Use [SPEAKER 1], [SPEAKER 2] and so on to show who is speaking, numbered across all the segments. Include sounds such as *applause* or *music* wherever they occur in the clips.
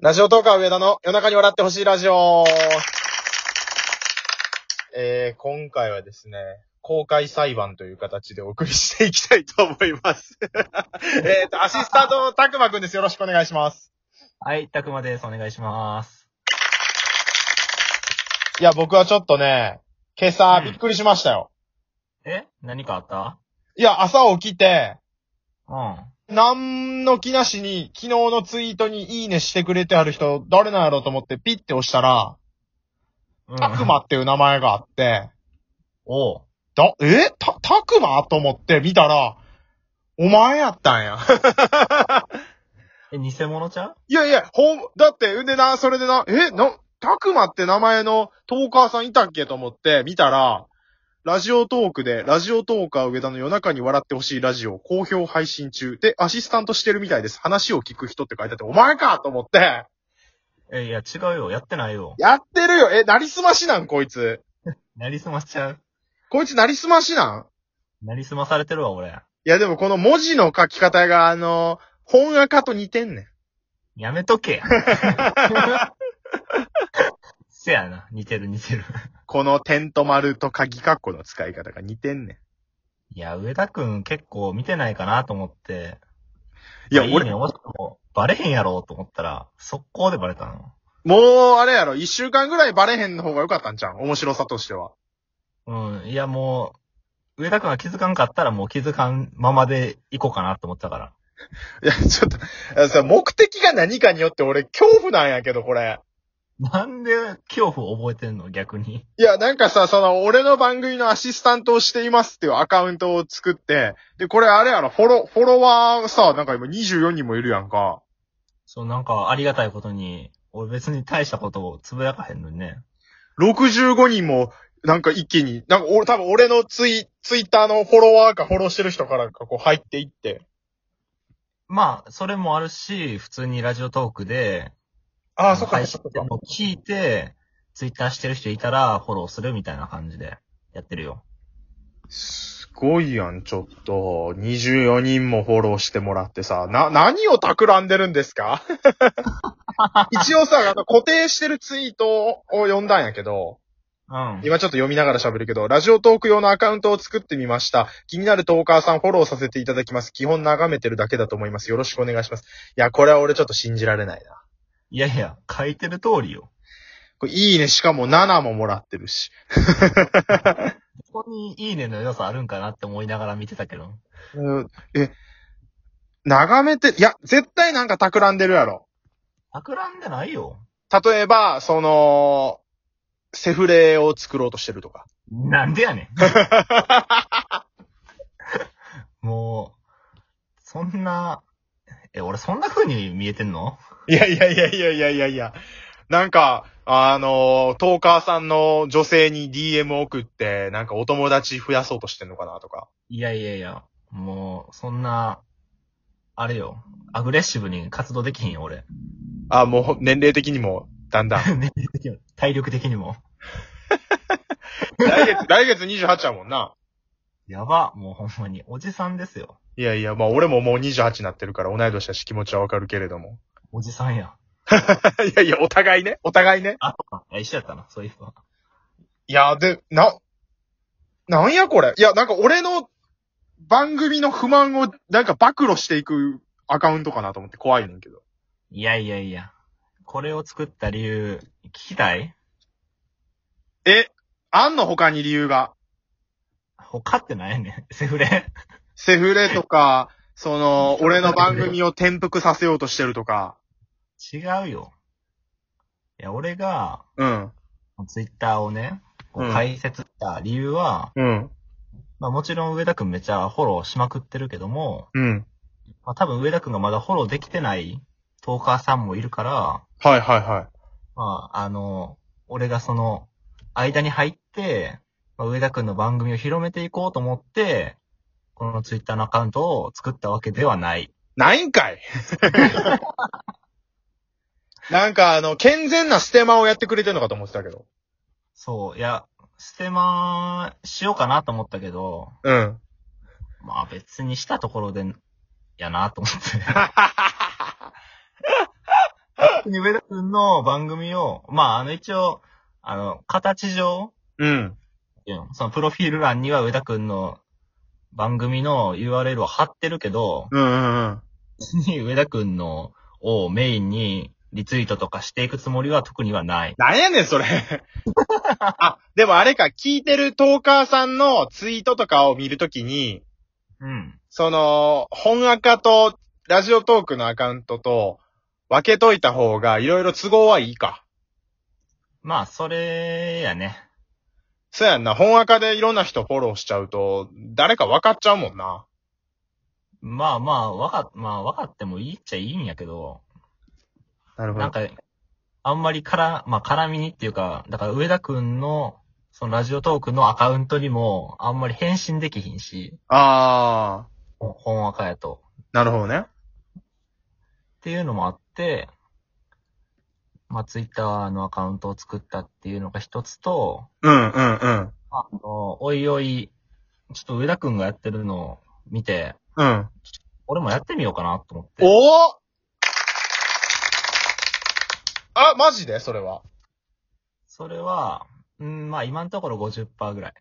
[SPEAKER 1] ラジオトーカー上田の夜中に笑ってほしいラジオ。えー、今回はですね、公開裁判という形でお送りしていきたいと思います。 *laughs* えっと、アシスタントのたくまくんです。よろしくお願いします。
[SPEAKER 2] はい、たくまです。お願いします。
[SPEAKER 1] いや、僕はちょっとね、今朝
[SPEAKER 2] うん
[SPEAKER 1] びっくりしましたよ。
[SPEAKER 2] え何かあった
[SPEAKER 1] いや、朝起きて、
[SPEAKER 2] う
[SPEAKER 1] 何の気なしに昨日のツイートにいいねしてくれてある人、誰なんやろうと思ってピッて押したら、
[SPEAKER 2] ん。うん、
[SPEAKER 1] たくま。っていう名前があって、
[SPEAKER 2] おう。
[SPEAKER 1] だ、えた、たくまと思って見たら、お前やったんや。
[SPEAKER 2] え、偽物ちゃう
[SPEAKER 1] *laughs* いやいや、ほん、だって、んでな、それでな、え、な、たくまって名前のトーカーさんいたっけと思って見たら、ラジオトークで、ラジオトーカー上田の夜中に笑ってほしいラジオ、好評配信中で、アシスタントしてるみたいです。話を聞く人って書いてあって、お前かと思って、
[SPEAKER 2] え、いや、違うよ。やってないよ。
[SPEAKER 1] やってるよ。え、なりすましなん、こいつ。
[SPEAKER 2] なりすましちゃう。
[SPEAKER 1] こいつなりすましなん
[SPEAKER 2] なりすまされてるわ、俺。
[SPEAKER 1] いや、でもこの文字の書き方が、あの、本赤と似てんねん。
[SPEAKER 2] やめとけや。
[SPEAKER 1] *laughs*
[SPEAKER 2] せやな。似てる似てる。
[SPEAKER 1] この点と丸と鍵括弧の使い方が似てんね
[SPEAKER 2] いや、上田くん結構見てないかなと思って。
[SPEAKER 1] ん。いや、
[SPEAKER 2] まあいい
[SPEAKER 1] 俺、
[SPEAKER 2] ね、押してもバレへんやろうと思ったら、速攻でバレたの。
[SPEAKER 1] もう、あれやろ、一週間ぐらいバレへんの方が良かったんじゃん面白さとしては。
[SPEAKER 2] うん。いや、もう、上田くんが気づかんかったらもう気づかんままで行こうかなと思ったから。
[SPEAKER 1] いや、ちょっと、あのさ、目的が何かによって俺、恐怖なんやけど、これ。
[SPEAKER 2] なんで恐怖を覚えてんの逆に。
[SPEAKER 1] いや、なんかさ、その、俺の番組のアシスタントをしていますっていうアカウントを作って、で、これあれやろ、フォロ、フォロワーさ、なんか今24人もいるやんか。
[SPEAKER 2] そう、なんかありがたいことに、俺別に大したことをつぶやかへんのにね。
[SPEAKER 1] 65人も、なんか一気に、なんか俺、多分俺のツイ、ツイッターのフォロワーかフォローしてる人からかこう入っていって。
[SPEAKER 2] まあ、それもあるし、普通にラジオトークで、
[SPEAKER 1] ああ、そっか
[SPEAKER 2] 配
[SPEAKER 1] そ
[SPEAKER 2] 信
[SPEAKER 1] っか。
[SPEAKER 2] も聞いて、ツイッターしてる人いたらフォローするみたいな感じでやってるよ。
[SPEAKER 1] すごいやん、ちょっと。24人もフォローしてもらってさ、な、何を企んでるんですか *laughs* 一応さ、あの、固定してるツイートを読んだんやけど、
[SPEAKER 2] うん。
[SPEAKER 1] 今ちょっと読みながら喋るけど、ラジオトーク用のアカウントを作ってみました。気になるトーカーさんフォローさせていただきます。基本眺めてるだけだと思います。よろしくお願いします。いや、これは俺ちょっと信じられないな。
[SPEAKER 2] いやいや、書いてる通りよ。
[SPEAKER 1] これいいね、しかも7ももらってるし。
[SPEAKER 2] ここにいいねの良さあるんかなって思いながら見てたけど。
[SPEAKER 1] うんえ、眺めて、いや、絶対なんか企んでるやろ。
[SPEAKER 2] 企んでないよ。
[SPEAKER 1] 例えば、その、セフレを作ろうとしてるとか。
[SPEAKER 2] なんでやねん。 *laughs* もう、そんな、え、俺そんな風に見えてんの
[SPEAKER 1] いやいやいやいやいやいやいや。なんか、あの、トーカーさんの女性に DM を送って、なんかお友達増やそうとしてんのかなとか。
[SPEAKER 2] いやいやいや、もう、そんな、あれよ、アグレッシブに活動できひんよ、 *laughs* 俺。
[SPEAKER 1] あ、もう年齢的にも、だんだん。
[SPEAKER 2] 体力的にも。
[SPEAKER 1] *laughs* 来月、来月28やもんな。
[SPEAKER 2] やば、もうほんまに、おじさんですよ。
[SPEAKER 1] いやいや、まあ俺ももう28になってるから同い年だし気持ちはわかるけれども。
[SPEAKER 2] おじさんや。
[SPEAKER 1] *laughs* いやいや、お互いね。お互いね。
[SPEAKER 2] あとか、いや一緒やったな、そういうば。
[SPEAKER 1] いや、で、な、なんやこれ。いや、なんか俺の番組の不満をなんか暴露していくアカウントかなと思って怖いねんけど。
[SPEAKER 2] いやいやいや。これを作った理由、聞きたい
[SPEAKER 1] え、あんの他に理由が。
[SPEAKER 2] 他ってないねん。セフレ。
[SPEAKER 1] セフレとか、その、俺の番組を転覆させようとしてるとか。
[SPEAKER 2] 違うよ。いや、俺が、
[SPEAKER 1] うん。
[SPEAKER 2] ツイッターをね、こ
[SPEAKER 1] う
[SPEAKER 2] うん解説した理由は、
[SPEAKER 1] うん。
[SPEAKER 2] まあもちろん上田くんめっちゃフォローしまくってるけども、
[SPEAKER 1] うん。
[SPEAKER 2] まあ、多分上田くんがまだフォローできてないトーカーさんもいるから、
[SPEAKER 1] はいはいは
[SPEAKER 2] まあ、あの、俺がその、間に入って、まあ、上田くんの番組を広めていこうと思って、このツイッターのアカウントを作ったわけではない。
[SPEAKER 1] い。ないんかい *laughs* なんかあの、健全なステマをやってくれてんのかと思ってたけど。
[SPEAKER 2] そう、いや、ステマしようかなと思ったけど、
[SPEAKER 1] うん。
[SPEAKER 2] まあ別に *laughs* したところで、やなと思って。に上田くんの番組を、まあ、あの一応、あの、形上、
[SPEAKER 1] うん。
[SPEAKER 2] そのプロフィール欄には上田くんの番組の URL を貼ってるけど、
[SPEAKER 1] うんうんうん。
[SPEAKER 2] 別に上田くんのをメインにリツイートとかしていくつもりは特にはない。
[SPEAKER 1] なんやねん、そ *laughs* れ。あ、でもあれか、聞いてるトーカーさんのツイートとかを見るときに、
[SPEAKER 2] うん。
[SPEAKER 1] その、本アカとラジオトークのアカウントと分けといた方がいろいろ都合はいいか。
[SPEAKER 2] まあ、それやね。
[SPEAKER 1] そうやんな、本アカでいろんな人フォローしちゃうと、誰か分かっちゃうもんな。
[SPEAKER 2] まあまあ、わか、まあ、わかってもいいっちゃいいんやけど、
[SPEAKER 1] なる
[SPEAKER 2] なんか、あんまりから、まあ、絡みにっていうか、だから上田くんの、そのラジオトークのアカウントにも、あんまり返信できひんし、
[SPEAKER 1] あ
[SPEAKER 2] 本赤やと。
[SPEAKER 1] ー、なるほどね。
[SPEAKER 2] っていうのもあって、まあ、ツイッターのアカウントを作ったっていうのが一つと、
[SPEAKER 1] うんうんうん。
[SPEAKER 2] あの、おいおい、ちょっと上田くんがやってるのを見て、
[SPEAKER 1] うん。
[SPEAKER 2] 俺もやってみようかなと思って。
[SPEAKER 1] おおあ、マジでそれは。
[SPEAKER 2] それは、うん、まあ今のところ50%ぐらい。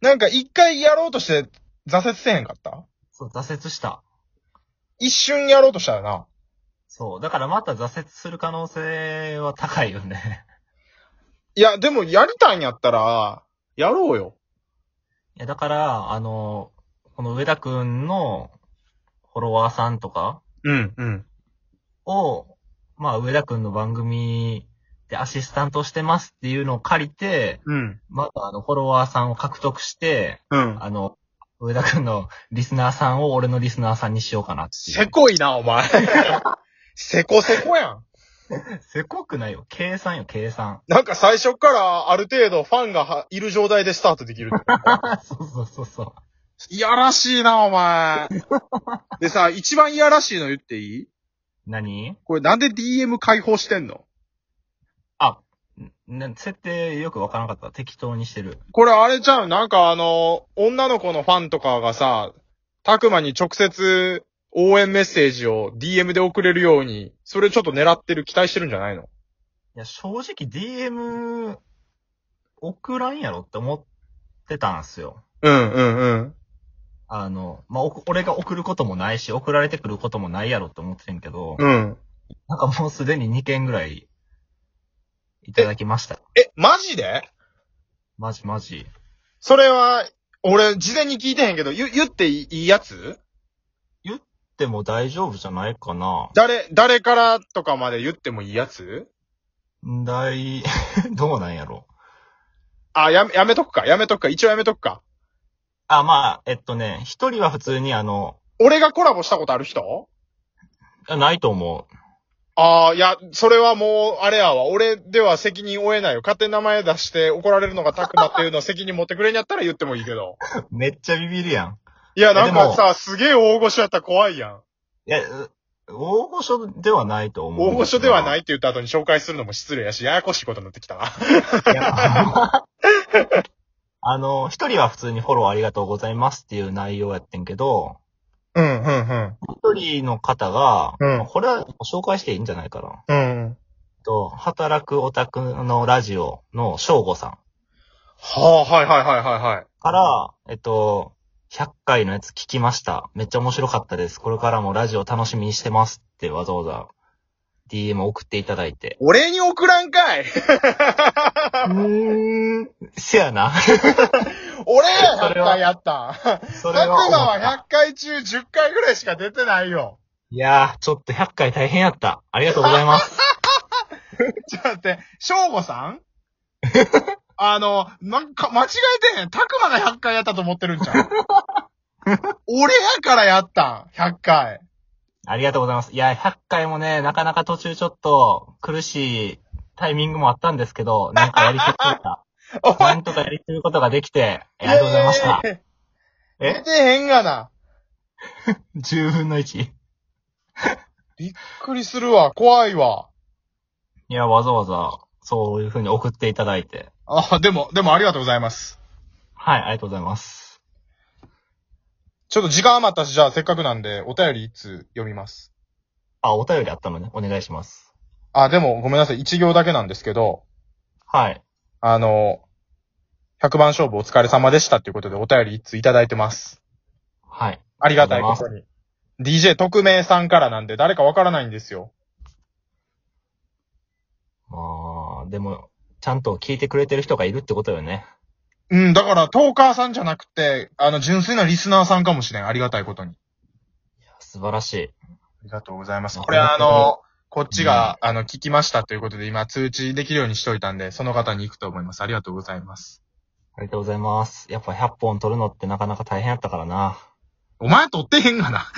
[SPEAKER 1] なんか一回やろうとして挫折せへんかった
[SPEAKER 2] そう、挫折した。
[SPEAKER 1] 一瞬やろうとしたよな。
[SPEAKER 2] そう、だからまた挫折する可能性は高いよね。 *laughs*
[SPEAKER 1] いや、でもやりたいんやったら、やろうよ。
[SPEAKER 2] いや、だから、あの、この上田くんのフォロワーさんとか
[SPEAKER 1] うん、うん。
[SPEAKER 2] を、まあ上田くんの番組でアシスタントしてますっていうのを借りて、
[SPEAKER 1] うん。
[SPEAKER 2] またあのフォロワーさんを獲得して、
[SPEAKER 1] うん。
[SPEAKER 2] あの、上田くんのリスナーさんを俺のリスナーさんにしようかなってい
[SPEAKER 1] せ
[SPEAKER 2] う。
[SPEAKER 1] こいな、お前。 *laughs* せこせこやん。
[SPEAKER 2] せこくないよ。計算よ、計算。
[SPEAKER 1] なんか最初からある程度ファンがはいる状態でスタートできる。
[SPEAKER 2] *laughs* そうそうそうそう。
[SPEAKER 1] いやらしいな、お *laughs* 前。でさ、一番いやらしいの言っていい
[SPEAKER 2] 何
[SPEAKER 1] これなんで DM 開放してんの
[SPEAKER 2] な設定よくわからなかった。適当にしてる。
[SPEAKER 1] これあれちゃうなんかあの、女の子のファンとかがさ、たくまに直接応援メッセージを DM で送れるように、それちょっと狙ってる、期待してるんじゃないの
[SPEAKER 2] いや、正直 DM 送らんやろって思ってたんすよ。
[SPEAKER 1] うんうんうん。
[SPEAKER 2] あの、まあ、お俺が送ることもないし、送られてくることもないやろって思ってんけど、
[SPEAKER 1] うん。
[SPEAKER 2] なんかもうすでに2件ぐらいいただきました。
[SPEAKER 1] え、マジで
[SPEAKER 2] マジマジ。
[SPEAKER 1] それは、俺、事前に聞いてへんけど、ゆ言っていいやつ
[SPEAKER 2] でも大丈夫じゃないかな。
[SPEAKER 1] 誰、誰からとかまで言ってもいいやつ
[SPEAKER 2] 大、 *laughs* どうなんやろ。
[SPEAKER 1] あ、やめ、やめとくか、やめとくか、一応やめとくか。
[SPEAKER 2] あ、まあ、えっとね、一人は普通にあの、
[SPEAKER 1] 俺がコラボしたことある人
[SPEAKER 2] あないと思う。
[SPEAKER 1] ああ、いや、それはもう、あれやわ。俺では責任負えないよ。勝手に名前出して怒られるのがタクマっていうのを責任持ってくれんやったら言ってもいいけど。
[SPEAKER 2] めっちゃビビるやん。
[SPEAKER 1] いや、なん
[SPEAKER 2] で
[SPEAKER 1] か
[SPEAKER 2] も
[SPEAKER 1] さ、すげえ大御所やったら怖いやん。
[SPEAKER 2] いや、う大御所ではないと思う。
[SPEAKER 1] 大御所ではない
[SPEAKER 2] い
[SPEAKER 1] って言った後に紹介するのも失礼やし、ややこしいことになってきたな。
[SPEAKER 2] や。 *laughs* あの、一人は普通にフォローありがとうございますっていう内容やってんけど、
[SPEAKER 1] うん、うん、
[SPEAKER 2] 一人の方が、
[SPEAKER 1] うん
[SPEAKER 2] これは紹介していいんじゃないかな。
[SPEAKER 1] うん。うん。
[SPEAKER 2] と、働くオタクのラジオの翔吾さん
[SPEAKER 1] はあ、はいはいはいはいはい。
[SPEAKER 2] から、えっと、100回のやつ聞きました。めっちゃ面白かったです。これからもラジオ楽しみにしてますってわざわざ DM 送っていただいて。
[SPEAKER 1] 俺に送らんかい *laughs*
[SPEAKER 2] うーん、せやな。
[SPEAKER 1] 俺や
[SPEAKER 2] それ
[SPEAKER 1] 100
[SPEAKER 2] は
[SPEAKER 1] 回やったん。タク
[SPEAKER 2] それ
[SPEAKER 1] マ
[SPEAKER 2] は思っ
[SPEAKER 1] は
[SPEAKER 2] た。
[SPEAKER 1] 100回中10回ぐらいしか出てないよ。
[SPEAKER 2] いやー、ちょっと100回大変やった。ありがとうございます。
[SPEAKER 1] ちょっと待って、翔吾さ *laughs* んあの、なんか、間違えてへん。たくまが100回やったと思ってるんちゃ *laughs* う俺やからやったん。100回。
[SPEAKER 2] ありがとうございます。いやー、100回もね、なかなか途中ちょっと苦しいタイミングもあったんですけど、なんかやりきった。
[SPEAKER 1] お
[SPEAKER 2] な
[SPEAKER 1] 前、
[SPEAKER 2] んとかやりきることができて、ありがとうございました。
[SPEAKER 1] え
[SPEAKER 2] え
[SPEAKER 1] 出てへんがな。
[SPEAKER 2] 10分の1。
[SPEAKER 1] びっくりするわ。怖いわ。
[SPEAKER 2] いや、わざわざ、そういう風に送っていただいて。
[SPEAKER 1] あ、でも、でもありがとうございます。
[SPEAKER 2] はい、ありがとうございます。
[SPEAKER 1] ちょっと時間余ったし、じゃあせっかくなんで、お便りいつ読みます。
[SPEAKER 2] あ、お便りあったのね。お願いします。
[SPEAKER 1] あ、でもごめんなさい。一行だけなんですけど、
[SPEAKER 2] はい。
[SPEAKER 1] あの、100番勝負お疲れ様でしたっていうことでお便り一通いただいてます。
[SPEAKER 2] はい。
[SPEAKER 1] ありがたいことに。DJ 特命さんからなんで誰かわからないんですよ。
[SPEAKER 2] まあ、でも、ちゃんと聞いてくれてる人がいるってことよね。
[SPEAKER 1] うん、だから、トーカーさんじゃなくて、あの、純粋なリスナーさんかもしれん。ありがたいことに。
[SPEAKER 2] 素晴らしい。
[SPEAKER 1] ありがとうございます。
[SPEAKER 2] あ
[SPEAKER 1] これはあ
[SPEAKER 2] 本当に
[SPEAKER 1] の、こっちが、あの、聞きましたということで、今通知できるようにしといたんで、その方に行くと思います。ありがとうございます。
[SPEAKER 2] ありがとうございます。やっぱ100本撮るのってなかなか大変やったからな。
[SPEAKER 1] お前撮ってへんが
[SPEAKER 2] *laughs*
[SPEAKER 1] な。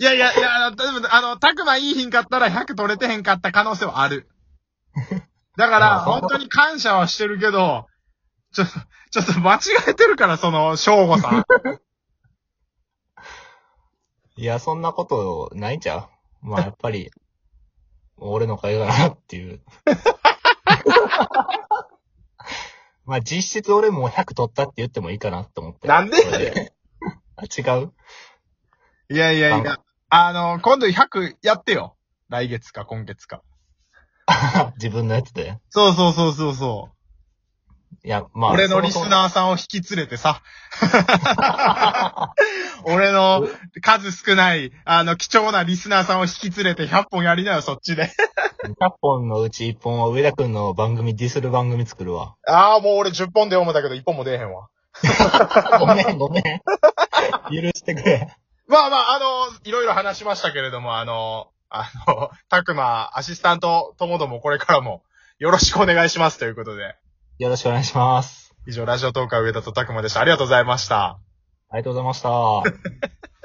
[SPEAKER 1] いやいやいや、あの、でもあの、たくまいいひんかったら100取れてへんかった可能性はある。だか
[SPEAKER 2] ま
[SPEAKER 1] ら、
[SPEAKER 2] あそう
[SPEAKER 1] 本当に感謝はしてるけど、ちょ、ちょっと間違えてるから、その、翔吾
[SPEAKER 2] *laughs*
[SPEAKER 1] さん。
[SPEAKER 2] いや、そんなことないんちゃうまあ、やっぱり、俺の会話だなっていう。 *laughs* まあ、実質俺もう100取ったって言ってもいいかなって思って。
[SPEAKER 1] なんでや
[SPEAKER 2] これ
[SPEAKER 1] ねん
[SPEAKER 2] あ違う *laughs*
[SPEAKER 1] いやいやいや。あの、今度100やってよ。来月か今月か。
[SPEAKER 2] 自分のやつで。
[SPEAKER 1] そうそうそうそうそう。
[SPEAKER 2] いや、まあ。
[SPEAKER 1] 俺のリスナーさんを引き連れてさ。 *laughs* 俺の数少ない、あの、貴重なリスナーさんを引き連れて100本やりなよ、そっちで。
[SPEAKER 2] ー。100本のうち1本は上田くんの番組、ディスる番組作る
[SPEAKER 1] *laughs*
[SPEAKER 2] わ。
[SPEAKER 1] ああ、もう俺10本で思ったけど1本も出えへんわ。
[SPEAKER 2] ごめん、ごめん。許してくれ。
[SPEAKER 1] まあまあ、あの、いろいろ話しましたけれども、あの、あの、 *laughs* たくま、アシスタントともどもこれからもよろしくお願いしますということで。
[SPEAKER 2] よろしくお願いします。
[SPEAKER 1] 以上、ラジオトーカー上田とたくまでした。ありがとうございました。
[SPEAKER 2] ありがとうございました。